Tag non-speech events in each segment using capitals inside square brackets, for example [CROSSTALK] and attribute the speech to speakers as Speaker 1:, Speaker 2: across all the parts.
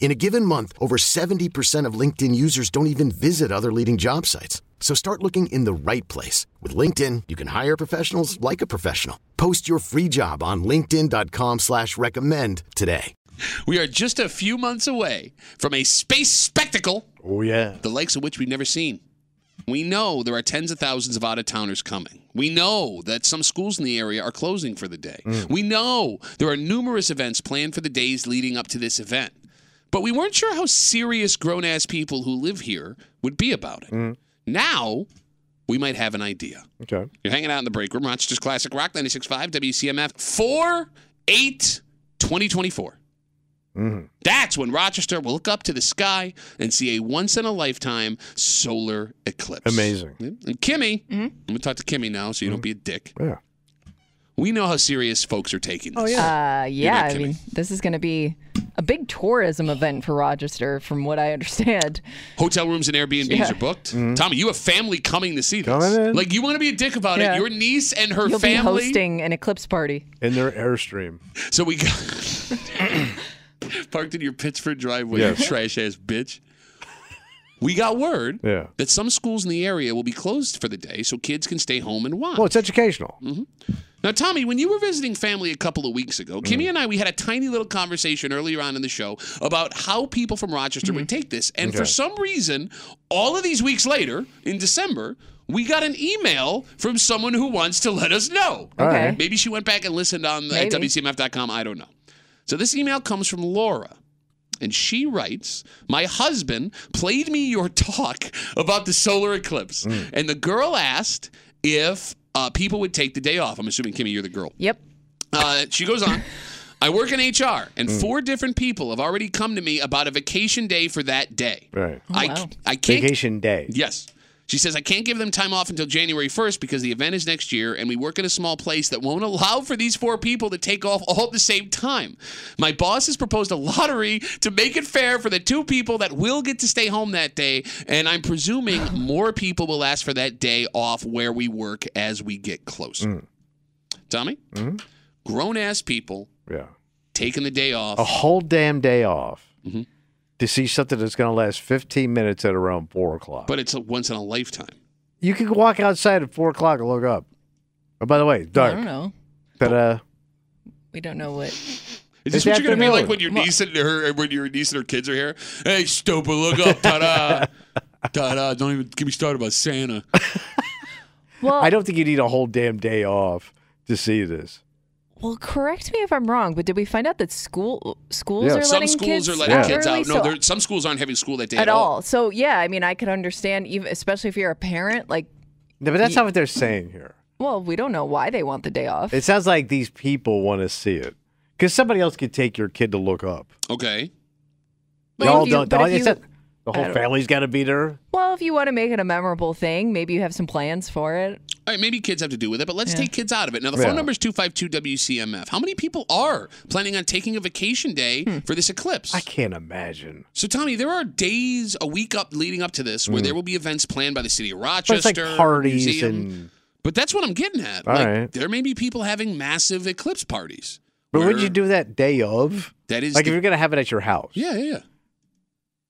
Speaker 1: In a given month, over 70% of LinkedIn users don't even visit other leading job sites. So start looking in the right place. With LinkedIn, you can hire professionals like a professional. Post your free job on linkedin.com slash recommend today.
Speaker 2: We are just a few months away from a space spectacle,
Speaker 3: Oh yeah.
Speaker 2: the likes of which we've never seen. We know there are tens of thousands of out of towners coming. We know that some schools in the area are closing for the day.
Speaker 3: Mm.
Speaker 2: We know there are numerous events planned for the days leading up to this event. But we weren't sure how serious grown ass people who live here would be about it.
Speaker 3: Mm.
Speaker 2: Now, we might have an idea.
Speaker 3: Okay.
Speaker 2: You're hanging out in the break room, Rochester's Classic Rock 96.5, WCMF, 4 8 2024.
Speaker 3: Mm-hmm.
Speaker 2: That's when Rochester will look up to the sky and see a once in a lifetime solar eclipse.
Speaker 3: Amazing. Mm-hmm.
Speaker 2: Yeah. And Kimmy,
Speaker 4: Mm-hmm.
Speaker 2: I'm going to talk to Kimmy now so you don't be a dick.
Speaker 3: Yeah.
Speaker 2: We know how serious folks are taking this. Oh,
Speaker 4: Uh, yeah,
Speaker 2: not
Speaker 4: I mean, this is going to be a big tourism event for Rochester, from what I understand.
Speaker 2: Hotel rooms and Airbnbs are booked. Tommy, you have family coming to see this.
Speaker 3: Mm-hmm. Coming in.
Speaker 2: Like, you want to be a dick about
Speaker 4: Yeah.
Speaker 2: it. Your niece and her
Speaker 4: You'll be
Speaker 2: family.
Speaker 4: hosting an eclipse party.
Speaker 3: In their airstream.
Speaker 2: So we got [COUGHS] parked in your Pittsford driveway, you
Speaker 3: Yes.
Speaker 2: trash ass bitch. We got word
Speaker 3: Yeah.
Speaker 2: that some schools in the area will be closed for the day so kids can stay home and watch.
Speaker 3: Well, it's educational.
Speaker 4: Mm-hmm.
Speaker 2: Now, Tommy, when you were visiting family a couple of weeks ago,
Speaker 3: Mm-hmm.
Speaker 2: Kimmy and I, we had a tiny little conversation earlier on in the show about how people from Rochester would take this. And for
Speaker 3: Mm-hmm. Okay.
Speaker 2: some reason, all of these weeks later, in December, we got an email from someone who wants to let us know.
Speaker 3: All
Speaker 4: Okay.
Speaker 3: right.
Speaker 2: Maybe she went back and listened on the, at
Speaker 4: Maybe.
Speaker 2: WCMF.com. I don't know. So this email comes from Laura. And she writes, My husband played me your talk about the solar eclipse. And the girl asked if uh, people would take the day off. I'm assuming, Kimmy, you're the girl.
Speaker 4: Yep.
Speaker 2: Uh, she goes on. I work in HR, and four different people have already come to me about a vacation day for that day.
Speaker 3: Right.
Speaker 2: I,
Speaker 4: Oh, wow.
Speaker 2: I can't
Speaker 3: Vacation day.
Speaker 2: Yes. She says, I can't give them time off until January 1st because the event is next year, and we work in a small place that won't allow for these four people to take off all at the same time. My boss has proposed a lottery to make it fair for the two people that will get to stay home that day, and I'm presuming more people will ask for that day off where we work as we get closer. Tommy? Grown ass people
Speaker 3: Yeah.
Speaker 2: taking the day off.
Speaker 3: A whole damn day off
Speaker 4: Mm-hmm.
Speaker 2: Mhm.
Speaker 3: to see something that's going to last 15 minutes at around four o'clock.
Speaker 2: But it's a once in a lifetime.
Speaker 3: you can walk outside at four o'clock and look up. Oh, by the way, dark.
Speaker 4: I don't know.
Speaker 3: Ta-da.
Speaker 4: We don't know what.
Speaker 2: Is
Speaker 3: This
Speaker 2: this what you're gonna be
Speaker 3: afternoon.
Speaker 2: like when your niece and her when your niece and her kids are here? Hey, stupid, look
Speaker 3: [LAUGHS]
Speaker 2: up, ta-da, ta-da. Don't even get me started about Santa.
Speaker 4: Well,
Speaker 3: I don't think you need a whole damn day off to see this.
Speaker 4: well, correct me if I'm wrong, but did we find out that school schools
Speaker 3: Yeah.
Speaker 4: are
Speaker 2: Some
Speaker 4: letting
Speaker 2: schools
Speaker 4: kids
Speaker 2: are letting
Speaker 3: out
Speaker 2: kids
Speaker 4: early?
Speaker 2: out.
Speaker 4: So
Speaker 2: No, there some schools aren't having school that day at,
Speaker 4: at all. So yeah, I mean, I could understand, even especially if you're a parent. Like,
Speaker 3: No, but that's not what they're saying here.
Speaker 4: well, we don't know why they want the day off.
Speaker 3: It sounds like these people want to see it because somebody else could take your kid to look up.
Speaker 2: Okay,
Speaker 4: But
Speaker 3: Y'all
Speaker 4: if you-
Speaker 3: don't.
Speaker 4: but if
Speaker 3: it's
Speaker 4: you-
Speaker 3: not- the
Speaker 4: I
Speaker 3: whole
Speaker 4: don't-
Speaker 3: family's got to be there.
Speaker 4: well, if you want to make it a memorable thing, maybe you have some plans for it.
Speaker 2: all right. Maybe kids have to do with it, but let's
Speaker 4: Yeah.
Speaker 2: take kids out of it. Now the
Speaker 3: Yeah.
Speaker 2: phone number is two five two WCMF. How many people are planning on taking a vacation day
Speaker 4: Hmm.
Speaker 2: for this eclipse?
Speaker 3: I can't imagine.
Speaker 2: So Tommy, there are days a week up leading up to this where there will be events planned by the city of Rochester,
Speaker 3: Hmm. But it's like parties
Speaker 2: museum.
Speaker 3: and.
Speaker 2: But that's what I'm getting at.
Speaker 3: All
Speaker 2: like,
Speaker 3: right.
Speaker 2: There may be people having massive eclipse parties.
Speaker 3: But would
Speaker 2: where-
Speaker 3: you do that day of?
Speaker 2: That is
Speaker 3: Like
Speaker 2: the-
Speaker 3: if you're gonna have it at your house,
Speaker 2: Yeah, yeah, yeah.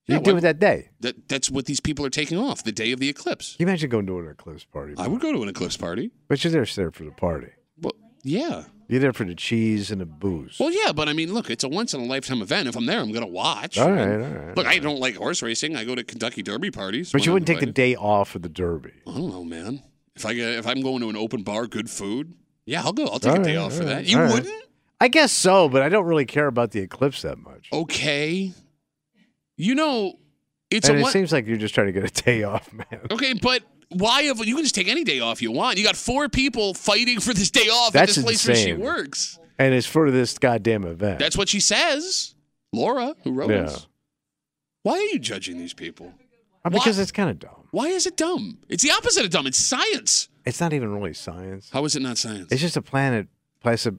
Speaker 3: you
Speaker 2: Yeah,
Speaker 3: do
Speaker 2: why-
Speaker 3: it that day.
Speaker 2: That, that's what these people are taking off the day of the eclipse.
Speaker 3: Can you imagine going to an eclipse party?
Speaker 2: I would go to an eclipse party.
Speaker 3: But you're there, just there for the party.
Speaker 2: Well, yeah.
Speaker 3: You're there for the cheese and the booze.
Speaker 2: Well, yeah, but I mean, look, it's a once in a lifetime event. If I'm there, I'm going to watch.
Speaker 3: all right, all
Speaker 2: And-
Speaker 3: right.
Speaker 2: Look, I don't like horse racing. I go to Kentucky Derby parties.
Speaker 3: but
Speaker 2: when
Speaker 3: you
Speaker 2: I'm
Speaker 3: wouldn't take the
Speaker 2: invited.
Speaker 3: day off for the derby.
Speaker 2: I don't know, man. If I get, if I'm going to an open bar, good food. Yeah, I'll go. I'll take
Speaker 3: All
Speaker 2: a day
Speaker 3: right,
Speaker 2: off for
Speaker 3: all
Speaker 2: that.
Speaker 3: right,
Speaker 2: You
Speaker 3: all right.
Speaker 2: wouldn't?
Speaker 3: I guess so, but I don't really care about the eclipse that
Speaker 2: Oh,
Speaker 3: much.
Speaker 2: Okay. You know, it's
Speaker 3: and
Speaker 2: a
Speaker 3: it
Speaker 2: one.
Speaker 3: seems like you're just trying to get a day [LAUGHS] off, man.
Speaker 2: okay, but why? Have, you can just take any day off you want. You got four people fighting for this day off
Speaker 3: That's
Speaker 2: at this place where she
Speaker 3: insane.
Speaker 2: works.
Speaker 3: And it's for this goddamn event.
Speaker 2: That's what she says. Laura, who wrote
Speaker 3: Yeah.
Speaker 2: us. Why are you judging these people?
Speaker 3: Uh, because it's kind of dumb.
Speaker 2: Why is it dumb? It's the opposite of dumb. It's science.
Speaker 3: It's not even really science.
Speaker 2: How is it not science?
Speaker 3: It's just a planet placed up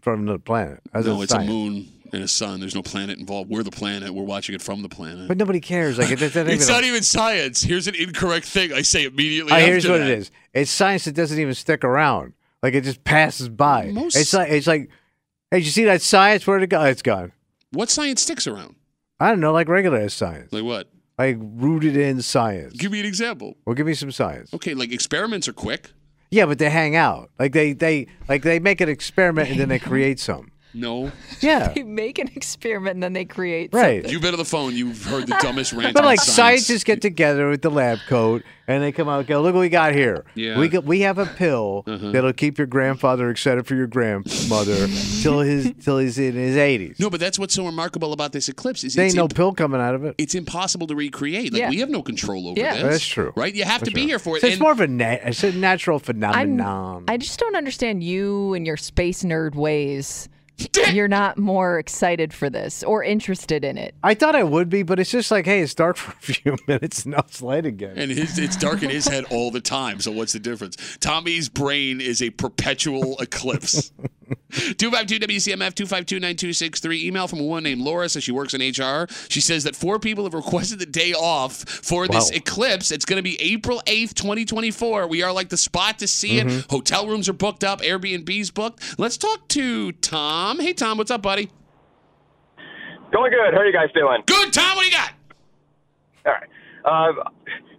Speaker 3: from another planet. That's
Speaker 2: no,
Speaker 3: not
Speaker 2: it's a
Speaker 3: science.
Speaker 2: moon and a sun. There's no planet involved. We're the planet. We're watching it from the planet.
Speaker 3: But nobody cares. Like it, that's
Speaker 2: [LAUGHS]
Speaker 3: not
Speaker 2: it's
Speaker 3: even a-
Speaker 2: not even science. Here's an incorrect thing I say immediately.
Speaker 3: Uh,
Speaker 2: after
Speaker 3: here's what
Speaker 2: that.
Speaker 3: it is. It's science that doesn't even stick around. Like it just passes by.
Speaker 2: Most-
Speaker 3: It's like it's like, hey, did you see that science? Where would it go? It's gone.
Speaker 2: What science sticks around?
Speaker 3: I don't know, like regular science,
Speaker 2: Like what?
Speaker 3: like rooted in science.
Speaker 2: Give me an example.
Speaker 3: well, give me some science.
Speaker 2: Okay, like experiments are quick.
Speaker 3: Yeah, but they hang out. Like they they like they make an experiment and then they create
Speaker 2: [LAUGHS]
Speaker 3: some. [LAUGHS]
Speaker 2: No.
Speaker 3: Yeah,
Speaker 4: They make an experiment and then they create.
Speaker 3: right.
Speaker 2: You've been on the phone. You've heard the dumbest rant.
Speaker 3: But
Speaker 2: on
Speaker 3: like
Speaker 2: science.
Speaker 3: scientists get together with the lab coat and they come out and go, look what we got here.
Speaker 2: Yeah. Uh-huh.
Speaker 3: We got, we have a pill that'll keep your grandfather excited for your grandmother till his till he's in his eighties.
Speaker 2: No, but that's what's so remarkable about this eclipse is
Speaker 3: there
Speaker 2: it's,
Speaker 3: ain't no
Speaker 2: imp-
Speaker 3: pill coming out of it.
Speaker 2: it's impossible to recreate. Like
Speaker 4: Yeah.
Speaker 2: we have no control over
Speaker 4: Yeah.
Speaker 2: this.
Speaker 3: That's true.
Speaker 2: Right? You have to be here for it.
Speaker 3: So it's
Speaker 2: And-
Speaker 3: more of a, na- it's a natural
Speaker 4: I'm,
Speaker 3: phenomenon.
Speaker 4: I just don't understand you and your space nerd ways. You're not more excited for this or interested in it.
Speaker 3: I thought I would be, but it's just like, hey, it's dark [LAUGHS] for a few minutes, now it's light again.
Speaker 2: And his, it's dark in his head all the time. So what's the difference? Tommy's brain is a perpetual eclipse. 252 WCMF 252 9263. Email from a woman named Laura says she works in HR. She says that four people have requested the day off for this
Speaker 3: Wow.
Speaker 2: eclipse. It's going to be April 8th, 2024. We are like the spot to see it. Hotel rooms are booked up, Airbnb's booked. Let's talk to Tom. Hey, Tom, what's up, buddy?
Speaker 5: Going good. How are you guys doing?
Speaker 2: Good, Tom. What do you got?
Speaker 5: All right. Um,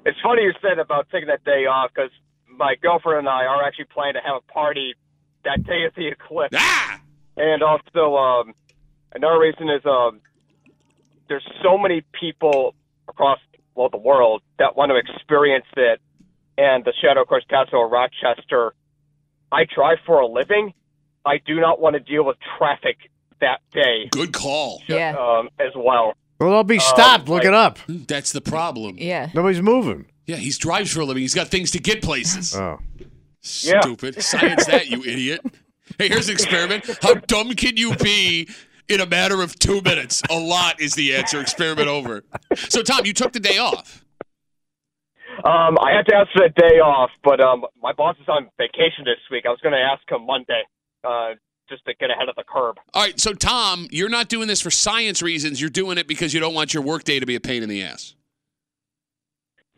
Speaker 5: it's funny you said about taking that day off because my girlfriend and I are actually planning to have a party that day of the eclipse.
Speaker 2: Ah!
Speaker 5: And also, um, another reason is um, there's so many people across well the world that want to experience it. And the Shadow Course Castle of Rochester, I drive for a living. I do not want to deal with traffic that day
Speaker 2: Good call.
Speaker 4: Yeah.
Speaker 5: um, as well.
Speaker 3: Well, I'll be stopped. Look
Speaker 5: like-
Speaker 3: it up.
Speaker 2: That's the problem.
Speaker 4: Yeah.
Speaker 3: Nobody's moving.
Speaker 2: Yeah, he drives for a living. He's got things to get places.
Speaker 3: Oh.
Speaker 5: Yeah.
Speaker 2: Stupid. Science that, you idiot. Hey, here's an experiment. How dumb can you be in a matter of two minutes? A lot is the answer. Experiment over. So, Tom, you took the day off.
Speaker 5: Um, I had to ask for that day off, but um, my boss is on vacation this week. I was going to ask him Monday, uh, just to get ahead of the curb.
Speaker 2: All right, so, Tom, you're not doing this for science reasons. You're doing it because you don't want your workday to be a pain in the ass.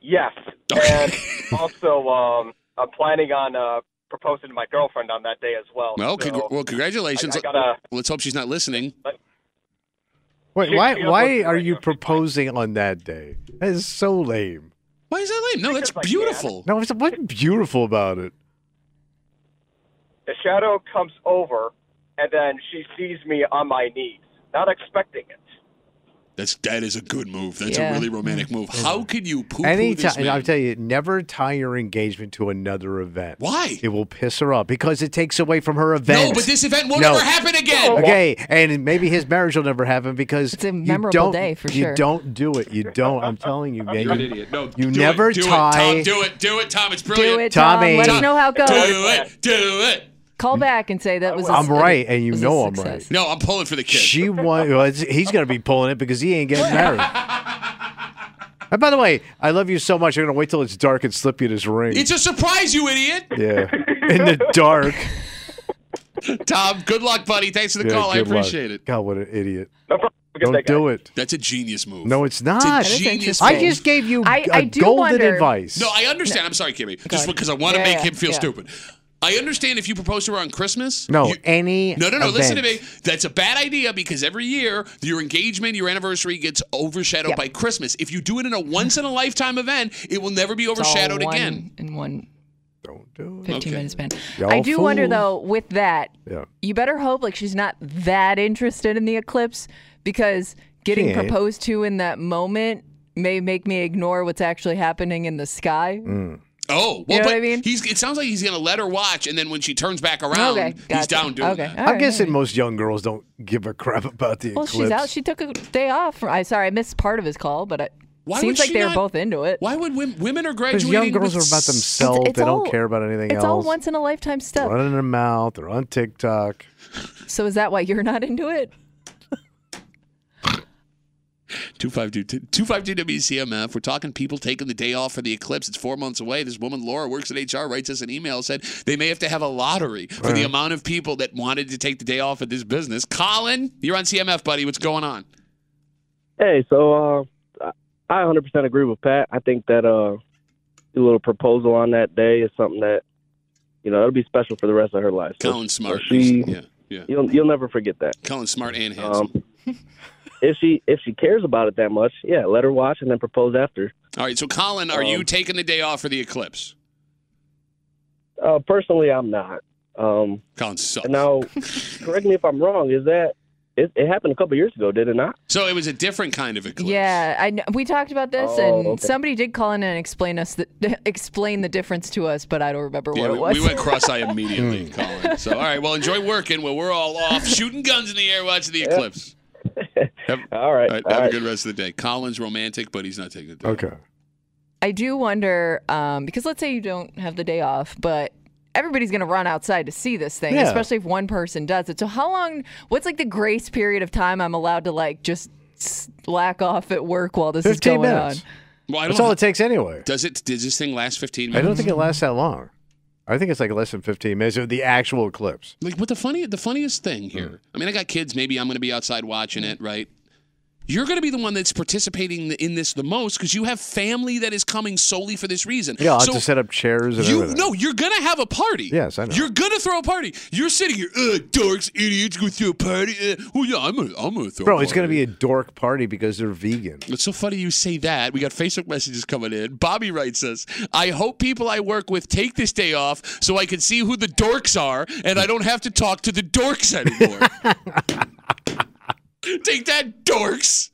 Speaker 5: Yes,
Speaker 2: [LAUGHS] Okay.
Speaker 5: and also um, I'm planning on uh, proposing to my girlfriend on that day as well.
Speaker 2: Well,
Speaker 5: so
Speaker 2: congr- well congratulations.
Speaker 5: I- I gotta-
Speaker 2: Let's hope she's not listening.
Speaker 3: Wait,
Speaker 5: She-
Speaker 3: why
Speaker 5: she doesn't
Speaker 3: why
Speaker 5: look
Speaker 3: are
Speaker 5: right
Speaker 3: you
Speaker 5: now.
Speaker 3: proposing on that day? That is so lame.
Speaker 2: Why is that lame? No, that's
Speaker 5: Because I can.
Speaker 2: beautiful.
Speaker 3: No, it's- what's beautiful about it?
Speaker 5: the shadow comes over, and then she sees me on my knees, not expecting it.
Speaker 2: That's that is a good move. That's a
Speaker 4: Yeah.
Speaker 2: really romantic move. How can you poo poo this
Speaker 3: Anytime,
Speaker 2: man?
Speaker 3: I'll tell you, never tie your engagement to another event.
Speaker 2: Why?
Speaker 3: It will piss her off because it takes away from her event.
Speaker 2: No, but this event won't
Speaker 3: No.
Speaker 2: ever happen again.
Speaker 4: Oh.
Speaker 3: Okay, and maybe his marriage will never happen because
Speaker 4: It's a
Speaker 3: you
Speaker 4: memorable
Speaker 3: don't-
Speaker 4: day for
Speaker 3: you
Speaker 4: sure.
Speaker 3: don't do it. You don't. I'm telling you, man.
Speaker 2: You're an
Speaker 3: you-
Speaker 2: idiot. No,
Speaker 3: you
Speaker 2: do
Speaker 3: never
Speaker 2: it, do
Speaker 3: tie-
Speaker 2: It, Tom, do it, do it, Tom. It's brilliant.
Speaker 4: Do it, Tom.
Speaker 3: Tommy.
Speaker 4: Let us
Speaker 2: Tom,
Speaker 4: know how it goes.
Speaker 2: Do it, do it.
Speaker 4: Call back and say that was. a
Speaker 3: I'm
Speaker 4: s-
Speaker 3: right, and you
Speaker 4: was a
Speaker 3: know I'm
Speaker 4: success.
Speaker 3: right.
Speaker 2: No, I'm pulling for the kid.
Speaker 3: She won. Well, it's- he's gonna be pulling it because he ain't getting
Speaker 2: [LAUGHS]
Speaker 3: married. and by the way, I love you so much. I'm gonna wait till it's dark and slip you this ring.
Speaker 2: it's a surprise, you idiot. [LAUGHS]
Speaker 3: yeah, in the dark.
Speaker 2: Tom, good luck, buddy. Thanks for the
Speaker 3: Yeah,
Speaker 2: call. I
Speaker 3: good luck.
Speaker 2: appreciate it.
Speaker 3: God, what an idiot!
Speaker 5: No problem.
Speaker 3: Don't do it.
Speaker 2: That's a genius move.
Speaker 3: No, it's
Speaker 2: a
Speaker 3: not.
Speaker 4: is
Speaker 2: genius
Speaker 4: interesting.
Speaker 3: I
Speaker 2: move.
Speaker 3: just gave you
Speaker 4: I-
Speaker 3: a
Speaker 4: I do
Speaker 3: golden
Speaker 4: wonder-
Speaker 3: advice.
Speaker 2: No, I understand. I'm sorry, Kimmy. Just
Speaker 4: ahead.
Speaker 2: because I want to
Speaker 4: Yeah,
Speaker 2: make
Speaker 4: yeah,
Speaker 2: him feel
Speaker 4: yeah.
Speaker 2: stupid. I understand if you propose to her on Christmas.
Speaker 3: No,
Speaker 2: you-
Speaker 3: any
Speaker 2: No, no, no. Listen to me.
Speaker 3: event.
Speaker 2: That's a bad idea because every year your engagement, your anniversary gets overshadowed by Christmas. If you do it in a once in a lifetime event, it will never be
Speaker 4: It's all
Speaker 2: overshadowed
Speaker 4: one-
Speaker 2: again.
Speaker 4: in one
Speaker 3: Don't do it.
Speaker 4: 15
Speaker 2: Okay.
Speaker 4: minute span.
Speaker 3: Y'all
Speaker 4: I do wonder
Speaker 3: fools.
Speaker 4: though with that.
Speaker 3: Yeah.
Speaker 4: You better hope like she's not that interested in the eclipse because getting
Speaker 3: ain't. Mm.
Speaker 4: proposed to in that moment may make me ignore what's actually happening in the sky.
Speaker 2: Oh, well,
Speaker 4: know
Speaker 2: but
Speaker 4: what I mean?
Speaker 2: he's, it sounds like he's going to let her watch, and then when she turns back around,
Speaker 4: okay,
Speaker 2: he's
Speaker 4: gotcha.
Speaker 2: down doing
Speaker 4: okay.
Speaker 2: that.
Speaker 4: all
Speaker 3: I'm
Speaker 4: right,
Speaker 3: guessing
Speaker 4: all right.
Speaker 3: most young girls don't give a crap about the
Speaker 4: Well,
Speaker 3: eclipse.
Speaker 4: she's out. She took a day off. I sorry, I missed part of his call, but it
Speaker 2: Why would
Speaker 4: seems like
Speaker 2: she
Speaker 4: they were
Speaker 2: not-
Speaker 4: both into it.
Speaker 2: Why would women, women are
Speaker 3: Because
Speaker 2: graduating?
Speaker 3: young girls
Speaker 2: with
Speaker 3: are about
Speaker 2: s-
Speaker 3: themselves.
Speaker 4: It's- it's
Speaker 3: they
Speaker 4: all-
Speaker 3: don't care about anything
Speaker 4: It's all
Speaker 3: else.
Speaker 4: once in a lifetime stuff.
Speaker 3: Running their mouth or on TikTok.
Speaker 4: So is that why you're not into it?
Speaker 2: 252 WCMF. We're talking people taking the day off for the eclipse. It's four months away. This woman, Laura, works at HR, writes us an email, said they may have to have a lottery for the amount of people that wanted to take the day off of this business. Colin, you're on CMF, buddy. What's going on?
Speaker 6: Hey, so uh, I 100% agree with Pat. I think that uh, the little proposal on that day is something that you know it'll be special for the rest of her life. So
Speaker 2: Colin Smart.
Speaker 6: she-
Speaker 2: yeah, yeah.
Speaker 6: you'll you'll never forget that.
Speaker 2: Colin Smart and handsome.
Speaker 6: Um,
Speaker 2: [LAUGHS]
Speaker 6: if she if she cares about it that much, yeah, let her watch and then propose after.
Speaker 2: All right, so Colin, are you
Speaker 6: um,
Speaker 2: taking the day off for the eclipse?
Speaker 6: Uh, personally, I'm not. Um,
Speaker 2: Colin sucks.
Speaker 6: and
Speaker 2: [LAUGHS]
Speaker 6: now, correct me if I'm wrong. Is that it, it happened a couple years ago? Did it not?
Speaker 2: So it was a different kind of eclipse.
Speaker 4: Yeah, I know. we talked about this,
Speaker 6: Oh,
Speaker 4: and
Speaker 6: okay.
Speaker 4: somebody did call in and explain us the, [LAUGHS] explain the difference to us, but I don't remember
Speaker 2: Yeah,
Speaker 4: what
Speaker 2: we,
Speaker 4: it was.
Speaker 2: we went cross-eye
Speaker 3: Hmm.
Speaker 2: immediately, Colin. So, all right, well, enjoy working while we're all off shooting guns in the air watching the eclipse. Have,
Speaker 6: All right.
Speaker 2: all right, have a good rest of the day. Colin's romantic, but he's not taking the day. off.
Speaker 3: Okay.
Speaker 4: I do wonder um, because let's say you don't have the day off, but everybody's going to run outside to see this thing,
Speaker 3: Yeah.
Speaker 4: especially if one person does it. So how long? What's like the grace period of time I'm allowed to like just slack off at work while this is
Speaker 3: 15
Speaker 4: going
Speaker 3: minutes.
Speaker 4: on?
Speaker 2: Well, I
Speaker 3: That's
Speaker 2: don't.
Speaker 3: all it takes anyway.
Speaker 2: does it? Does this thing last 15
Speaker 3: I
Speaker 2: minutes?
Speaker 3: don't think it lasts that long. I think it's like less than 15 minutes of the actual eclipse.
Speaker 2: Like, what the funny? The funniest thing
Speaker 3: Hmm.
Speaker 2: here. I mean, I got kids. Maybe I'm going to be outside watching it, right? You're going to be the one that's participating in this the most because you have family that is coming solely for this reason.
Speaker 3: Yeah, I'll
Speaker 2: So-
Speaker 3: have to set up chairs and
Speaker 2: You
Speaker 3: everything.
Speaker 2: no, you're gonna have a party.
Speaker 3: Yes, I know.
Speaker 2: You're gonna throw a party. You're sitting here, uh, dorks, idiots, go throw a party. Uh, oh yeah, I'm gonna, I'm gonna throw.
Speaker 3: Bro,
Speaker 2: a
Speaker 3: it's going to
Speaker 2: party.
Speaker 3: be a dork party because they're vegan.
Speaker 2: It's so funny you say that. We got Facebook messages coming in. Bobby writes us, I hope people I work with take this day off so I can see who the dorks are and I don't have to talk to the dorks
Speaker 3: [LAUGHS]
Speaker 2: anymore. take that, dorks.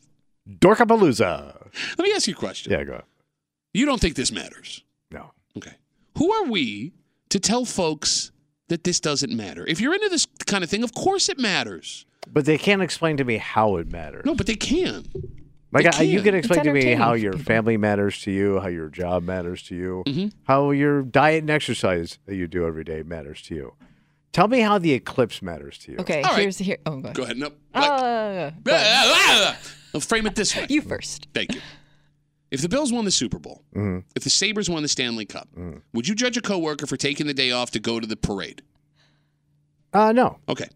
Speaker 3: Dorkapalooza.
Speaker 2: Let me ask you a question.
Speaker 3: Yeah, go. ahead.
Speaker 2: You don't think this matters.
Speaker 3: No.
Speaker 2: Okay. Who are we to tell folks that this doesn't matter? If you're into this kind of thing, of course it matters.
Speaker 3: But they can't explain to me how it matters.
Speaker 2: No, but they can.
Speaker 3: like,
Speaker 2: they
Speaker 3: I, you
Speaker 2: can't.
Speaker 3: can
Speaker 4: It's
Speaker 3: explain to me
Speaker 4: entertaining
Speaker 3: how
Speaker 4: for
Speaker 3: your
Speaker 4: people.
Speaker 3: family matters to you, how your job matters to you,
Speaker 2: Mhm.
Speaker 3: how your diet and exercise that you do every day matters to you. Tell me how the eclipse matters to you.
Speaker 4: Okay,
Speaker 2: All right.
Speaker 4: here's here. Oh, go ahead.
Speaker 2: Go ahead. No. Like-
Speaker 4: Uh, go ahead.
Speaker 2: I'll frame it this way.
Speaker 4: Uh, you first.
Speaker 2: Thank you. If the Bills won the Super Bowl,
Speaker 3: Mm-hmm.
Speaker 2: if the Sabres won the Stanley Cup, would you judge a coworker for taking the day off to go to the parade?
Speaker 3: Uh, no.
Speaker 2: Okay.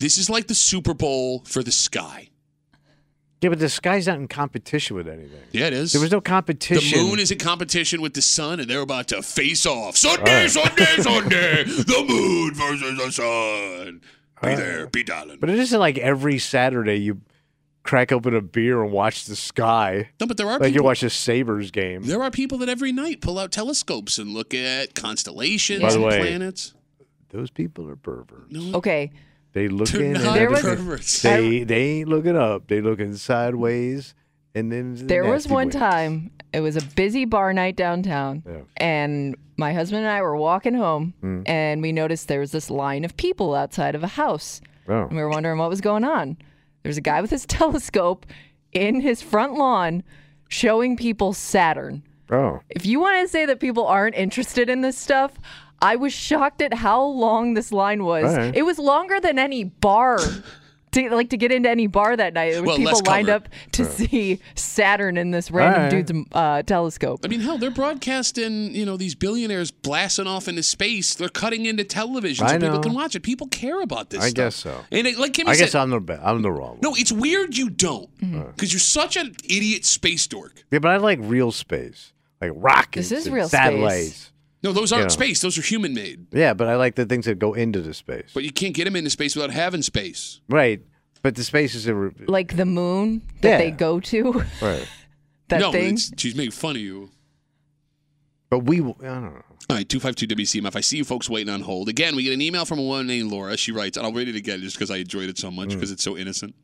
Speaker 2: This is like the Super Bowl for the sky.
Speaker 3: Yeah, but the sky's not in competition with anything.
Speaker 2: Yeah, it is.
Speaker 3: There was no
Speaker 2: the
Speaker 3: competition.
Speaker 2: moon is in competition with the sun, and they're about to face off. Sunday, Sunday, Sunday. The moon versus the sun. Be
Speaker 3: All right.
Speaker 2: there, be darling.
Speaker 3: But it isn't like every Saturday you crack open a beer and watch the sky.
Speaker 2: no, but there are
Speaker 3: Like you
Speaker 2: people.
Speaker 3: watch a Sabres game.
Speaker 2: there are people that every night pull out telescopes and look at constellations
Speaker 3: By the
Speaker 2: and
Speaker 3: way,
Speaker 2: planets.
Speaker 3: Those people are perverts.
Speaker 2: No,
Speaker 4: Okay,
Speaker 3: They look
Speaker 2: they're
Speaker 3: in
Speaker 2: not
Speaker 4: There was-
Speaker 2: perverts.
Speaker 3: They they ain't looking up. They looking sideways, and then the
Speaker 4: There was
Speaker 3: nasty
Speaker 4: one
Speaker 3: ways.
Speaker 4: time it was a busy bar night downtown,
Speaker 3: Yeah. Mm.
Speaker 4: and my husband and I were walking home, and we noticed there was this line of people outside of a house,
Speaker 3: Oh.
Speaker 4: and we were wondering what was going on. There's a guy with his [LAUGHS] telescope in his front lawn, showing people Saturn.
Speaker 3: Oh,
Speaker 4: If you want to say that people aren't interested in this stuff. I was shocked at how long this line was.
Speaker 3: All right.
Speaker 4: It was longer than any bar, to, like to get into any bar that night. There was
Speaker 2: Well,
Speaker 4: people
Speaker 2: less
Speaker 4: lined
Speaker 2: cover.
Speaker 4: up to see Saturn in this random
Speaker 3: right.
Speaker 4: dude's uh, telescope.
Speaker 2: I mean, hell, they're broadcasting, you know, these billionaires blasting off into space. They're cutting into television so
Speaker 3: I
Speaker 2: people
Speaker 3: know.
Speaker 2: can watch it. People care about this
Speaker 3: I
Speaker 2: stuff.
Speaker 3: guess so.
Speaker 2: And it, like Kimmy
Speaker 3: I guess Mm-hmm.
Speaker 2: said,
Speaker 3: I'm the ba- I'm the wrong.
Speaker 2: no,
Speaker 3: one.
Speaker 2: it's weird you don't because you're such an idiot space dork.
Speaker 3: yeah, but I like real space, like rockets.
Speaker 4: is
Speaker 3: and
Speaker 4: real space.
Speaker 3: satellites.
Speaker 2: No, those aren't
Speaker 3: Yeah.
Speaker 2: space. Those are human made.
Speaker 3: Yeah, but I like the things that go into the space.
Speaker 2: But you can't get them into space without having space.
Speaker 3: right, but the space is a re-
Speaker 4: Like the moon that
Speaker 3: Yeah.
Speaker 4: they go to, [LAUGHS]
Speaker 3: right.
Speaker 4: that
Speaker 2: no,
Speaker 4: thing.
Speaker 2: It's, she's making fun of you.
Speaker 3: But we, w- I don't know.
Speaker 2: All right, 252 WCMF. I see you folks waiting on hold. Again, we get an email from a woman named Laura. She writes, and I'll read it again just because I enjoyed it so
Speaker 4: Mm.
Speaker 2: much because it's so innocent.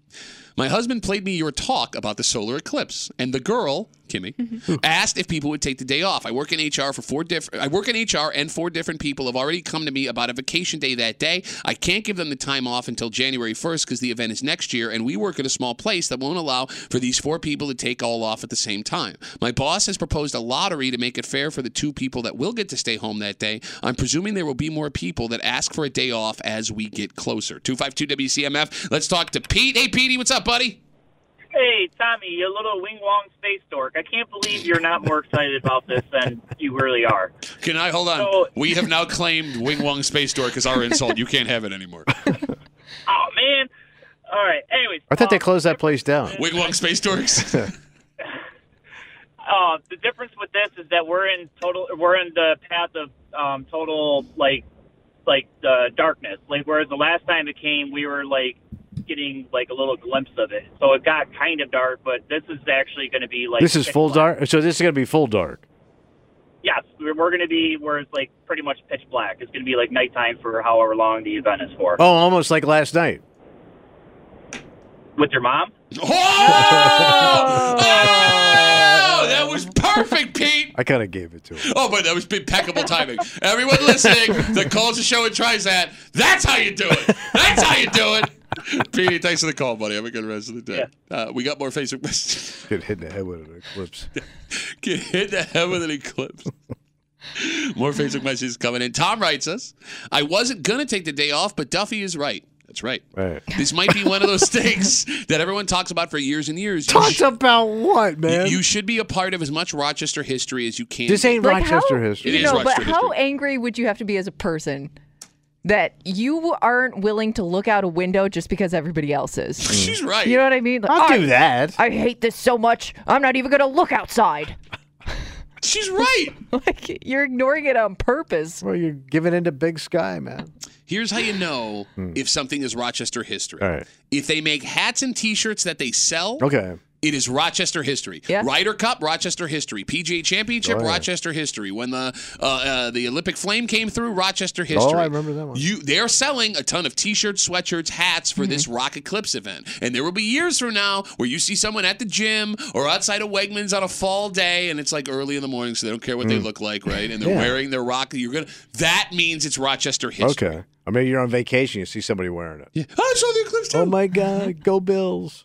Speaker 2: My husband played me your talk about the solar eclipse, and the girl,
Speaker 4: Mm-hmm.
Speaker 2: Kimmy, asked if people would take the day off. I work in HR for four different. I work in HR, and four different people have already come to me about a vacation day that day. I can't give them the time off until January 1st because the event is next year, and we work at a small place that won't allow for these four people to take all off at the same time. My boss has proposed a lottery to make it fair for the two people that will get to stay home that day. I'm presuming there will be more people that ask for a day off as we get closer. 252 WCMF. Let's talk to Pete. Hey, Petey, what's up, buddy?
Speaker 7: Hey, Tommy, you little wing wong space dork. I can't believe you're not more excited about this than you really are.
Speaker 2: Can I hold on?
Speaker 7: So-
Speaker 2: we have now claimed Wing Wong Space Dork as our insult. You can't have it anymore.
Speaker 7: Oh, man. All right. Anyways,
Speaker 3: I thought they
Speaker 7: um,
Speaker 3: closed that place down.
Speaker 2: Wing Wong Space Dorks.
Speaker 7: uh, the difference with this is that we're in total we're in the path of um, total like like uh, darkness like whereas the last time it came we were like getting like a little glimpse of it so it got kind of dark but this is actually going to be like
Speaker 3: This is
Speaker 7: pitch
Speaker 3: full
Speaker 7: black.
Speaker 3: dark. So this is gonna be full dark.
Speaker 7: yes we're, we're going to be where it's like pretty much pitch black it's going to be like nighttime for however long the event is for
Speaker 3: Oh, almost like last night.
Speaker 7: with your mom
Speaker 2: Oh! Oh! That was perfect, Pete.
Speaker 3: I kind of gave it to him.
Speaker 2: [LAUGHS] Oh, but that was impeccable timing. Everyone listening that calls the show and tries that, that's how you do it. That's how you
Speaker 3: [LAUGHS]
Speaker 2: do it. Pete, thanks for the call, buddy. Have a good rest of the day. Uh, we got more Facebook messages. [LAUGHS]
Speaker 3: Get hit in the head with an eclipse.
Speaker 2: Get hit the head with an eclipse. [LAUGHS] More Facebook messages coming in. Tom writes us I wasn't going to take the day off, but Duffy is right. That's right.
Speaker 4: [LAUGHS]
Speaker 3: Right.
Speaker 2: This might be one of
Speaker 3: [LAUGHS]
Speaker 2: those things that everyone talks about for years and years. You
Speaker 3: Talked
Speaker 2: sh-
Speaker 3: about what, man?
Speaker 2: You should be a part of as much Rochester history as you can.
Speaker 3: this
Speaker 2: be.
Speaker 3: ain't
Speaker 4: Like how-
Speaker 3: Rochester history.
Speaker 2: It
Speaker 4: You
Speaker 2: is
Speaker 4: know, but
Speaker 2: Rochester
Speaker 4: how
Speaker 2: history.
Speaker 4: angry would you have to be as a person that you aren't willing to look out a window just because everybody else is?
Speaker 2: [LAUGHS] She's right.
Speaker 4: You know what I mean? Like,
Speaker 3: I'll
Speaker 4: I,
Speaker 3: do that.
Speaker 4: I hate this so much. I'm not even going to look outside.
Speaker 2: She's right.
Speaker 4: [LAUGHS] Like you're ignoring it on purpose.
Speaker 3: Well, you're giving into Big Sky, man. [SIGHS]
Speaker 2: Here's how you know if something is Rochester history.
Speaker 3: Hmm. All right.
Speaker 2: If they make hats and t shirts that they sell,
Speaker 3: Okay.
Speaker 2: It is Rochester history.
Speaker 4: Yeah.
Speaker 2: Ryder Cup, Rochester history. PGA Championship,
Speaker 3: Oh, yeah.
Speaker 2: Rochester history. When the uh, uh, the Olympic flame came through, Rochester history.
Speaker 3: Oh, I remember that one.
Speaker 2: You, they are selling a ton of T-shirts, sweatshirts, hats for this Rock Eclipse event, and there will be years from now where you see someone at the gym or outside of Wegmans on a fall day, and it's like early in the morning, so they don't care what they look like, right? And they're
Speaker 3: Mm. Yeah.
Speaker 2: wearing their Rock. You're gonna. That means it's Rochester history.
Speaker 3: Okay. I mean, you're on vacation. You see somebody wearing it.
Speaker 2: Yeah. Oh, I saw the eclipse too.
Speaker 3: Oh my God! Go Bills!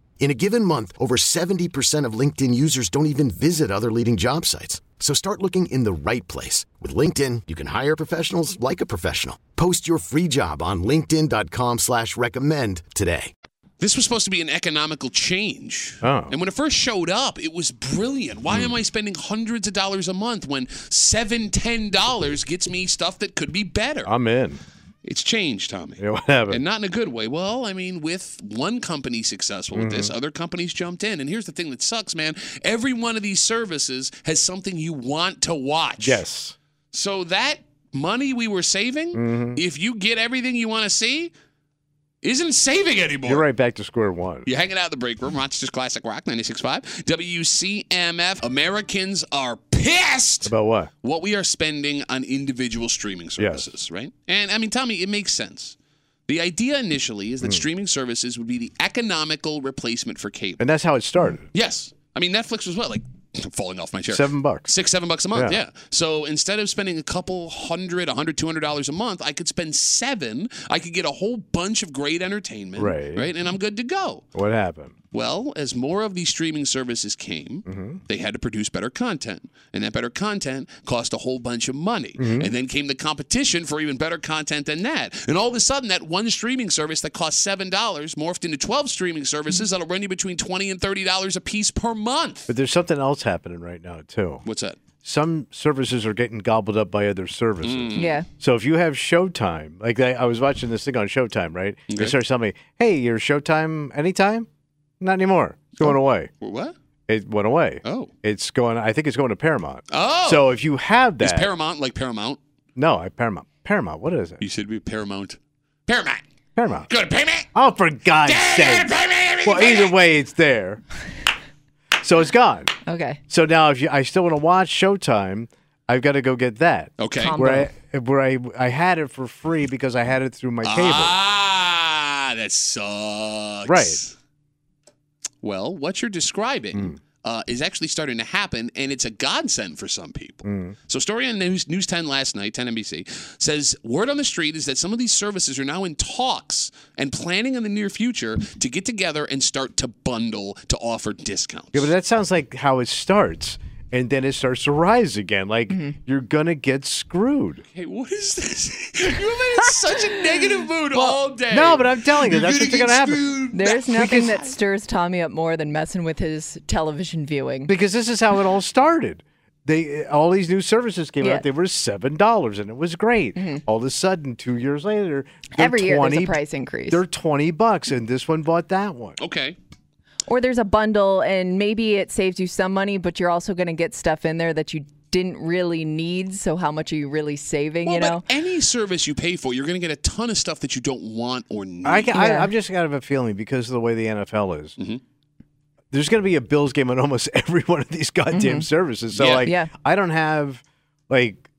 Speaker 1: In a given month, over 70% of LinkedIn users don't even visit other leading job sites. So start looking in the right place. With LinkedIn, you can hire professionals like a professional. Post your free job on linkedin.com/recommend slash recommend today.
Speaker 2: This was supposed to be an economical change.
Speaker 3: Oh. Hmm.
Speaker 2: And when it first showed up, it was brilliant. Why am I spending hundreds of dollars a month when seven, ten dollars gets me stuff that could be better?
Speaker 3: I'm in.
Speaker 2: it's changed, Tommy.
Speaker 3: You know what happened?
Speaker 2: And not in a good way. Well, I mean, with one company successful with
Speaker 3: Hmm.
Speaker 2: this, other companies jumped in. And here's the thing that sucks, man. Every one of these services has something you want to watch.
Speaker 3: yes. Mm-hmm.
Speaker 2: So that money we were saving, if you get everything you want to see, isn't saving anymore.
Speaker 3: You're right back to square one.
Speaker 2: You're hanging out in the break room, Rochester's Classic Rock 96.5. WCMF. Americans are pissed
Speaker 3: About what?
Speaker 2: what we are spending on individual streaming services, right? And I mean, Tommy, it makes sense. The idea initially
Speaker 3: Hmm.
Speaker 2: is that streaming services would be the economical replacement for cable.
Speaker 3: And that's how it started.
Speaker 2: Yes. I mean, Netflix was what, like [LAUGHS] falling off my chair?
Speaker 3: Seven bucks.
Speaker 2: Six, seven bucks a month, yeah.
Speaker 3: Yeah.
Speaker 2: So instead of spending a couple hundred, a hundred, two hundred dollars a month, I could spend seven. I could get a whole bunch of great entertainment,
Speaker 3: Right.
Speaker 2: Right, and I'm good to go.
Speaker 3: What happened?
Speaker 2: Well, as more of these streaming services came,
Speaker 3: Mm-hmm.
Speaker 2: they had to produce better content. And that better content cost a whole bunch of money.
Speaker 3: Mm-hmm.
Speaker 2: And then came the competition for even better content than that. And all of a sudden, that one streaming service that cost $7 morphed into 12 streaming services that'll run you between 20 and $30 a piece per month.
Speaker 3: Mm-hmm. But there's something else happening right now too.
Speaker 2: What's that?
Speaker 3: Some services are getting gobbled up by other services.
Speaker 2: Mm.
Speaker 4: Yeah.
Speaker 3: So if you have Showtime, like I, I was watching this thing on Showtime, right?
Speaker 2: Okay.
Speaker 3: They started telling me, "Hey, your Showtime anytime? Not anymore. It's going away.
Speaker 2: What?
Speaker 3: It went away.
Speaker 2: Oh.
Speaker 3: It's going. I think it's going to Paramount.
Speaker 2: Oh.
Speaker 3: So if you have
Speaker 2: Is
Speaker 3: that,
Speaker 2: Paramount like Paramount?
Speaker 3: no, I Paramount. Paramount. What is it?
Speaker 2: You said be Paramount. Paramount.
Speaker 3: Paramount.
Speaker 2: Good. Paramount.
Speaker 3: Oh, for God's
Speaker 2: Damn
Speaker 3: sake!
Speaker 2: it, Paramount.
Speaker 3: Well, either way, it's there. So it's gone.
Speaker 4: Okay.
Speaker 3: So now, if you, I still want to watch Showtime, I've got to go get that.
Speaker 2: Okay.
Speaker 4: Com-
Speaker 3: Where I, where I, I had it for free because I had it through my cable.
Speaker 2: Ah, that sucks.
Speaker 3: Right. Hmm.
Speaker 2: Well, what you're describing uh, is actually starting to happen, and it's a godsend for some people.
Speaker 3: Hmm.
Speaker 2: So, story on News, News 10 last night, 10 NBC, says word on the street is that some of these services are now in talks and planning in the near future to get together and start to bundle to offer discounts.
Speaker 3: Yeah, but that sounds like how it starts, and then it starts to rise again. Like
Speaker 4: Mm-hmm.
Speaker 3: you're gonna get screwed.
Speaker 2: hey, what is this? [LAUGHS] You've been in such a negative mood all day.
Speaker 3: no, but I'm telling you, that's what's
Speaker 2: get
Speaker 3: gonna happen.
Speaker 2: screwed.
Speaker 4: There's nothing that stirs Tommy up more than messing with his television viewing.
Speaker 3: Because this is how it all started. They all these new services came
Speaker 4: Yeah. Mm-hmm.
Speaker 3: out. They were seven dollars, and it was great. All of a sudden, two years later, they're
Speaker 4: Every year there's
Speaker 3: 20,
Speaker 4: a price increase.
Speaker 3: They're twenty bucks, and this one bought that one.
Speaker 2: Okay.
Speaker 4: Or there's a bundle and maybe it saves you some money, but you're also going to get stuff in there that you didn't really need. So how much are you really saving,
Speaker 2: Well,
Speaker 4: you know?
Speaker 2: but any service you pay for, you're going to get a ton of stuff that you don't want or need.
Speaker 3: I, ca- I,
Speaker 4: Yeah.
Speaker 3: I'm just kind of a feeling because of the way the NFL is.
Speaker 2: Mm-hmm.
Speaker 3: There's going to be a Bills game on almost [LAUGHS] every one of these goddamn services. So
Speaker 2: Yeah.
Speaker 3: like,
Speaker 4: Mm-hmm. Yeah.
Speaker 3: I don't have like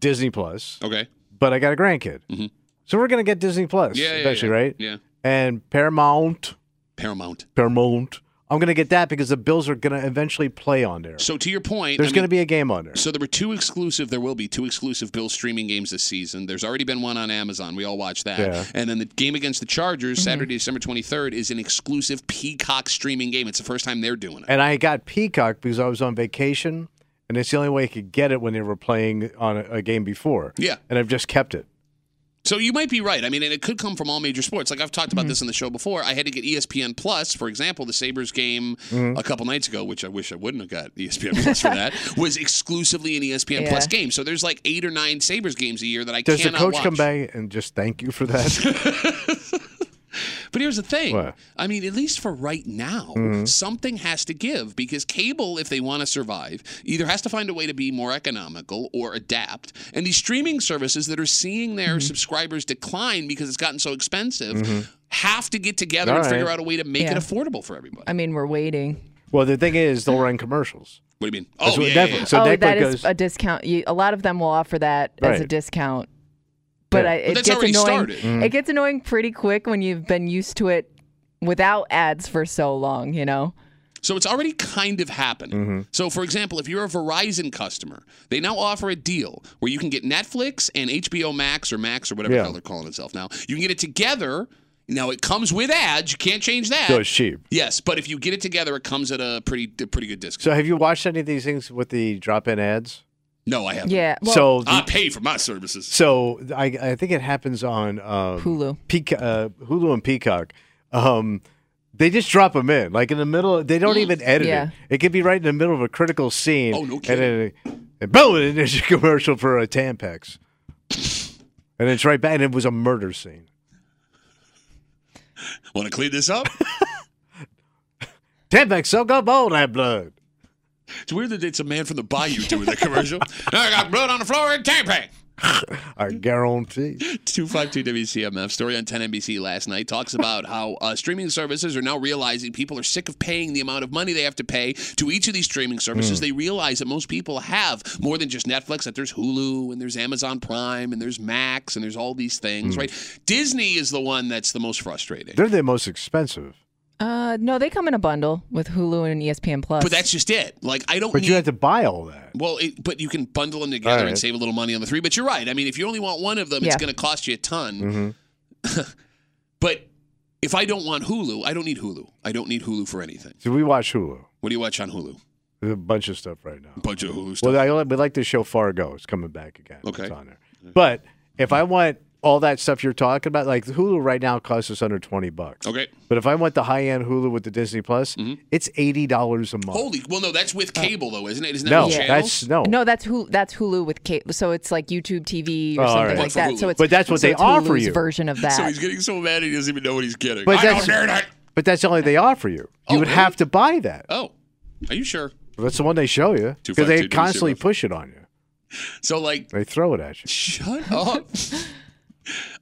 Speaker 3: Disney Plus,
Speaker 2: okay.
Speaker 3: but I got a grandkid,
Speaker 2: Mhm.
Speaker 3: so we're going to get Disney Plus
Speaker 2: Yeah, yeah,
Speaker 3: eventually,
Speaker 2: yeah.
Speaker 3: right?
Speaker 2: Yeah.
Speaker 3: And Paramount,
Speaker 2: Paramount.
Speaker 3: Paramount. I'm going to get that because the Bills are going to eventually play on there.
Speaker 2: So to your point,
Speaker 3: There's
Speaker 2: I mean,
Speaker 3: going to be a game on there.
Speaker 2: So there were two exclusive. There will be two exclusive Bill streaming games this season. There's already been one on Amazon. We all watched that.
Speaker 3: Yeah.
Speaker 2: And then the game against the Chargers
Speaker 4: Mm-hmm.
Speaker 2: Saturday, December 23rd, is an exclusive Peacock streaming game. It's the first time they're doing it.
Speaker 3: And I got Peacock because I was on vacation, and it's the only way I could get it when they were playing on a, a game before.
Speaker 2: Yeah.
Speaker 3: And I've just kept it.
Speaker 2: So you might be right. I mean, and it could come from all major sports. Like I've talked
Speaker 3: Mm-hmm.
Speaker 2: about this on the show before. I had to get E ESPN Plus, for example, the Sabres game
Speaker 3: Mm-hmm.
Speaker 2: a couple nights ago, which I wish I wouldn't have got E ESPN Plus
Speaker 3: [LAUGHS]
Speaker 2: for that, was exclusively an E ESPN Plus
Speaker 4: Yeah.
Speaker 2: game. So there's like eight or nine Sabres games a year that I
Speaker 3: Does the
Speaker 2: cannot
Speaker 3: coach
Speaker 2: watch.
Speaker 3: come back and just thank you for that?
Speaker 2: [LAUGHS] But here's the thing.
Speaker 3: What? Mm-hmm.
Speaker 2: I mean, at least for right now, something has to give because cable, if they want to survive, either has to find a way to be more economical or adapt. And these streaming services that are seeing their
Speaker 3: Mm-hmm.
Speaker 2: subscribers decline because it's gotten so expensive have to get together and
Speaker 3: All right.
Speaker 2: figure out a way to make it
Speaker 4: Yeah.
Speaker 2: affordable for everybody.
Speaker 4: I mean, we're waiting.
Speaker 3: well, the thing is, they'll run commercials.
Speaker 2: what do you mean?
Speaker 3: That's
Speaker 2: Oh,
Speaker 3: what
Speaker 2: yeah, yeah,
Speaker 3: Netflix-
Speaker 2: yeah.
Speaker 3: So
Speaker 4: oh,
Speaker 3: Netflix
Speaker 4: that is
Speaker 3: goes-
Speaker 4: a discount. You, a lot of them will offer that as a
Speaker 3: Right.
Speaker 4: discount.
Speaker 3: Yeah.
Speaker 4: But
Speaker 3: Mm.
Speaker 4: I,
Speaker 3: But
Speaker 4: it
Speaker 2: that's
Speaker 4: gets
Speaker 2: already
Speaker 4: annoying.
Speaker 2: started.
Speaker 4: It gets annoying pretty quick when you've been used to it without ads for so long, you know?
Speaker 2: So it's already kind of happening. So, for example, if you're a Verizon customer, they now offer a deal where you can get Netflix and HBO Max or Max or whatever the
Speaker 3: Yeah.
Speaker 2: hell they're calling itself now. You can get it together. Now it comes with ads. You can't change that.
Speaker 3: So it's cheap.
Speaker 2: yes, but if you get it together, it comes at a pretty a pretty good discount.
Speaker 3: So have you watched any of these things with the drop-in ads?
Speaker 2: no, I haven't.
Speaker 4: Yeah. Well,
Speaker 3: so, the-
Speaker 2: I pay for my services.
Speaker 3: so I, I think it happens on um,
Speaker 4: Hulu.
Speaker 3: Peac- uh, Hulu and Peacock. Um, they just drop them in, like in the middle. They don't even edit
Speaker 4: Yeah.
Speaker 3: it. It could be right in the middle of a critical scene.
Speaker 2: Mm, Oh, no
Speaker 3: And then, and boom, and there's a commercial for a Tampax, and it's right back. And it was a murder scene.
Speaker 2: Want to clean this up?
Speaker 3: Tampax soak up all that blood.
Speaker 2: [LAUGHS] it's weird that it's a man from the bayou doing the commercial. I got blood on the floor and tampon.
Speaker 3: I guarantee.
Speaker 2: 252 WCMF story on 10 NBC last night talks about how uh, streaming services are now realizing people are sick of paying the amount of money they have to pay to each of these streaming
Speaker 3: Hmm.
Speaker 2: services. They realize that most people have more than just Netflix, that there's Hulu and there's Amazon Prime and there's Max and there's all these things,
Speaker 3: Hmm.
Speaker 2: right? Disney is the one that's the most frustrating.
Speaker 3: They're the most expensive,
Speaker 4: Uh, no, they come in a bundle with Hulu and E ESPN Plus.
Speaker 2: but that's just it. Like, I don't
Speaker 3: but
Speaker 2: need.
Speaker 3: you had to buy all that.
Speaker 2: well, it, but you can bundle them together and
Speaker 3: right.
Speaker 2: save a little money on the three. But you're right. I mean, if you only want one of them, it's
Speaker 4: Yeah.
Speaker 2: going to cost you a ton.
Speaker 3: Mm-hmm.
Speaker 2: But if I don't want Hulu, I don't need Hulu. I don't need Hulu for anything.
Speaker 3: So we watch Hulu.
Speaker 2: What do you watch on Hulu?
Speaker 3: There's a bunch of stuff right now.
Speaker 2: Bunch of Hulu stuff.
Speaker 3: Well, I like, we like the show Fargo. It's coming back again.
Speaker 2: Okay.
Speaker 3: It's on there. But if I want all that stuff you're talking about, like Hulu right now costs us under 20 bucks.
Speaker 2: okay. Mm-hmm.
Speaker 3: But if I want the high end Hulu with the Disney Plus, it's $80 a month.
Speaker 2: Holy. Well, no, that's with cable though, isn't it? Isn't that
Speaker 3: Uh, no,
Speaker 2: with channels?
Speaker 3: that's no.
Speaker 4: no, that's Hulu. That's Hulu with Kate. So it's like YouTube TV or
Speaker 3: Oh, all
Speaker 4: something
Speaker 3: right.
Speaker 4: like
Speaker 2: For
Speaker 4: that.
Speaker 2: Hulu.
Speaker 4: So it's
Speaker 3: But that's what
Speaker 4: so
Speaker 3: they
Speaker 4: it's
Speaker 3: offer
Speaker 4: Hulu's
Speaker 3: you.
Speaker 4: version of that.
Speaker 2: So he's getting so mad he doesn't even know what he's getting.
Speaker 3: But
Speaker 2: I don't
Speaker 3: that's-
Speaker 2: need it.
Speaker 3: But that's the only they offer you. You
Speaker 2: Oh,
Speaker 3: would
Speaker 2: really?
Speaker 3: have to buy that.
Speaker 2: Oh, are you sure?
Speaker 3: That's the one they show you because they
Speaker 2: 252-225.
Speaker 3: constantly push it on you.
Speaker 2: So like,
Speaker 3: They throw it at you.
Speaker 2: [LAUGHS] shut up.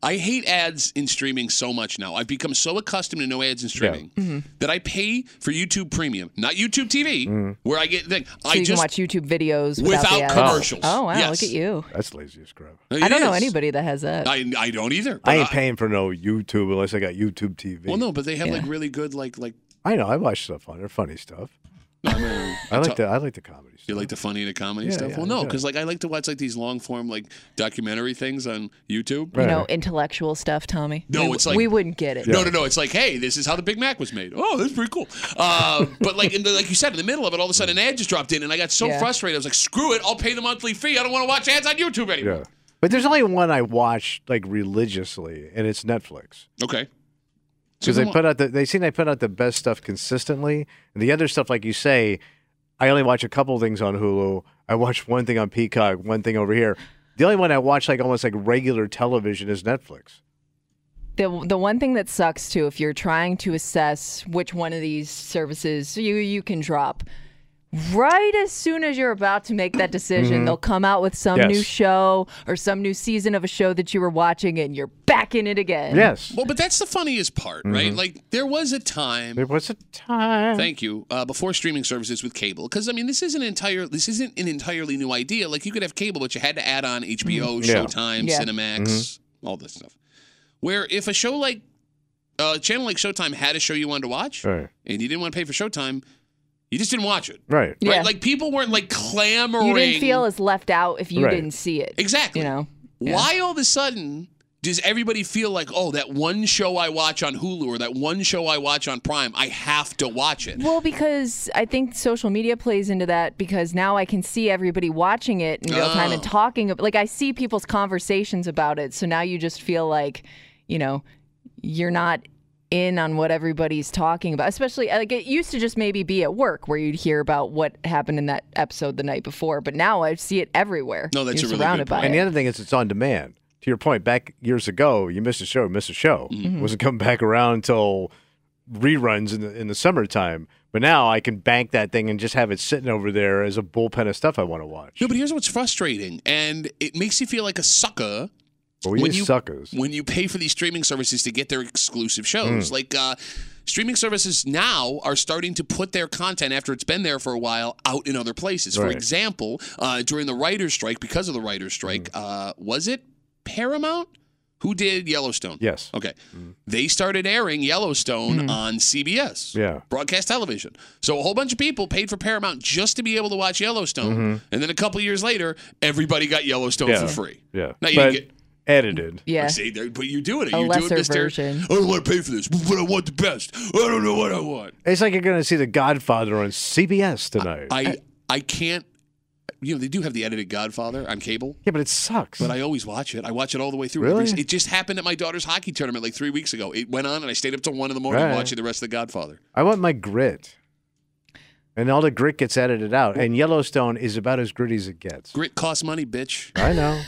Speaker 2: I hate ads in streaming so much now. I've become so accustomed to no ads in streaming
Speaker 4: Mm-hmm.
Speaker 2: that I pay for YouTube Premium, not YouTube TV,
Speaker 3: Mm-hmm.
Speaker 2: where I get like
Speaker 4: So
Speaker 2: I
Speaker 4: you
Speaker 2: just
Speaker 4: can watch YouTube videos
Speaker 2: without
Speaker 4: the ads.
Speaker 2: commercials.
Speaker 4: Oh wow,
Speaker 2: Yes.
Speaker 4: look at you.
Speaker 3: That's lazy as crap.
Speaker 2: It
Speaker 4: I don't know
Speaker 2: is.
Speaker 4: anybody that has that.
Speaker 2: I, I don't either.
Speaker 3: I
Speaker 2: but
Speaker 3: ain't paying for no YouTube unless I got YouTube TV.
Speaker 2: Well, no, but they have like
Speaker 4: Yeah.
Speaker 2: really good like like.
Speaker 3: I know. I watch stuff on there, funny stuff.
Speaker 2: I mean,
Speaker 3: [LAUGHS] I like
Speaker 2: to.
Speaker 3: the I like the comedy
Speaker 2: You
Speaker 3: stuff.
Speaker 2: like the funny and the comedy
Speaker 3: Yeah,
Speaker 2: stuff?
Speaker 3: yeah,
Speaker 2: well, no,
Speaker 3: yeah.
Speaker 2: because like I like to watch like these long form like documentary things on
Speaker 4: you
Speaker 2: YouTube.
Speaker 3: Right.
Speaker 4: know, intellectual stuff, Tommy.
Speaker 2: No,
Speaker 4: we,
Speaker 2: it's like-
Speaker 4: we wouldn't get it.
Speaker 2: No, no, no. It's like, hey, this is how the Big Mac was made. Oh, that's pretty cool.
Speaker 3: [LAUGHS]
Speaker 2: Uh, but like, in the, like you said, in the middle of it, all of a sudden an ad just dropped in, and I got so
Speaker 4: Yeah.
Speaker 2: frustrated. I was like, screw it, I'll pay the monthly fee. I don't want to watch ads on YouTube anymore.
Speaker 3: Yeah. But there's only one I watch like religiously, and it's Netflix
Speaker 2: Okay. So
Speaker 3: because they
Speaker 2: then
Speaker 3: put out the they seem they put out the best stuff consistently, and the other stuff like you say, I only watch a couple things on Hulu. I watch one thing on Peacock, one thing over here. The only one I watch like almost like regular television is Netflix.
Speaker 4: The the one thing that sucks too, if you're trying to assess which one of these services you you can drop, right as soon as you're about to make that decision, they'll come out with some new
Speaker 3: Mm-hmm. Yes.
Speaker 4: show or some new season of a show that you were watching, and you're back in it again.
Speaker 3: Yes.
Speaker 2: Well, but that's the funniest part, right? Like there was a
Speaker 3: Mm-hmm.
Speaker 2: time.
Speaker 3: There was a time.
Speaker 2: Thank you. Uh, before streaming services with cable, because I mean, this isn't entire. This isn't an entirely new idea. Like you could have cable, but you had to add on HBO,
Speaker 3: Yeah.
Speaker 2: Showtime,
Speaker 4: Mm-hmm. Yeah. Mm-hmm.
Speaker 2: Cinemax, all this stuff. Where if a show like a channel like Showtime had a show you wanted to watch,
Speaker 3: Right.
Speaker 2: and you didn't want to pay for Showtime, you just didn't watch it.
Speaker 3: Right.
Speaker 4: Yeah.
Speaker 2: Right? Like people weren't like clamoring.
Speaker 4: You didn't feel as left out if you
Speaker 3: Right.
Speaker 4: didn't see it.
Speaker 2: exactly.
Speaker 4: You know. Yeah.
Speaker 2: Why all of a sudden does everybody feel like, oh, that one show I watch on Hulu or that one show I watch on Prime, I have to watch it?
Speaker 4: Well, because I think social media plays into that because now I can see everybody watching it in real time and
Speaker 2: Oh.
Speaker 4: talking. ab- Like I see people's conversations about it, so now you just feel like, you know, you're not in on what everybody's talking about. Especially uh, like it used to just maybe be at work where you'd hear about what happened in that episode the night before, but now I see it everywhere.
Speaker 2: No, that's
Speaker 4: you're
Speaker 2: a really
Speaker 4: surrounded
Speaker 2: good
Speaker 4: by
Speaker 2: point.
Speaker 3: And the
Speaker 4: it.
Speaker 3: other thing is, it's on demand. To your point, back years ago, you missed a show, missed a show.
Speaker 4: Mm-hmm.
Speaker 3: Wasn't coming back around until reruns in the in the summertime. But now I can bank that thing and just have it sitting over there as a bullpen of stuff I want to watch.
Speaker 2: No, but here's what's frustrating, and it makes you feel like a sucker
Speaker 3: But we
Speaker 2: when
Speaker 3: use
Speaker 2: you-
Speaker 3: Oh, suckers.
Speaker 2: when you pay for these streaming services to get their exclusive shows. Like uh, streaming services now are starting to put their content after it's been there for a while out in other places. For
Speaker 3: Right.
Speaker 2: example, uh, during the writer's strike, because of the writer's strike, uh, was it Paramount who did Yellowstone?
Speaker 3: Yes.
Speaker 2: Okay. They started airing Yellowstone on CBS.
Speaker 3: Yeah.
Speaker 2: Broadcast television. So a whole bunch of people paid for Paramount just to be able to watch Yellowstone. And then a couple years later, everybody got Yellowstone
Speaker 3: Mm-hmm. Yeah.
Speaker 2: for free.
Speaker 3: Yeah.
Speaker 2: No, you
Speaker 3: but
Speaker 2: didn't get-
Speaker 3: edited.
Speaker 4: yeah.
Speaker 2: See, there- but you're doing it.
Speaker 4: A
Speaker 2: you're
Speaker 4: lesser
Speaker 2: doing Mr.
Speaker 4: version.
Speaker 2: I don't want to pay for this, but I want the best. I don't know what I want.
Speaker 3: It's like you're going to see The Godfather on CBS tonight.
Speaker 2: I I can't. You know, they do have the edited Godfather on cable,
Speaker 3: yeah, but it sucks.
Speaker 2: but I always watch it. I watch it all the way through.
Speaker 3: Really?
Speaker 2: Every- It just happened at my daughter's hockey tournament like three weeks ago. It went on, and I stayed up till one in the morning
Speaker 3: Right.
Speaker 2: watching the rest of the Godfather.
Speaker 3: I want my grit. And all the grit gets edited out. And Yellowstone is about as gritty as it gets.
Speaker 2: Grit costs money, bitch.
Speaker 3: I know.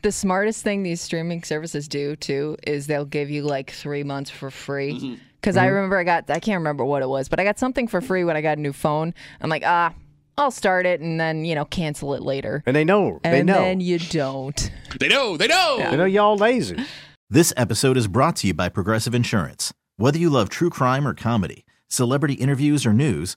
Speaker 4: The smartest thing these streaming services do too is they'll give you like three months for
Speaker 3: Mm-hmm.
Speaker 4: free. Because I remember I got I can't remember what it was, but I got something for free when I got a new phone. I'm like ah. I'll start it and then, you know, cancel it later.
Speaker 3: And they know. they
Speaker 4: and
Speaker 3: know.
Speaker 4: then you don't.
Speaker 2: They know. They know.
Speaker 3: They know y'all lazy.
Speaker 8: This episode is brought to you by Progressive Insurance. Whether you love true crime or comedy, celebrity interviews or news,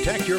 Speaker 9: Protect your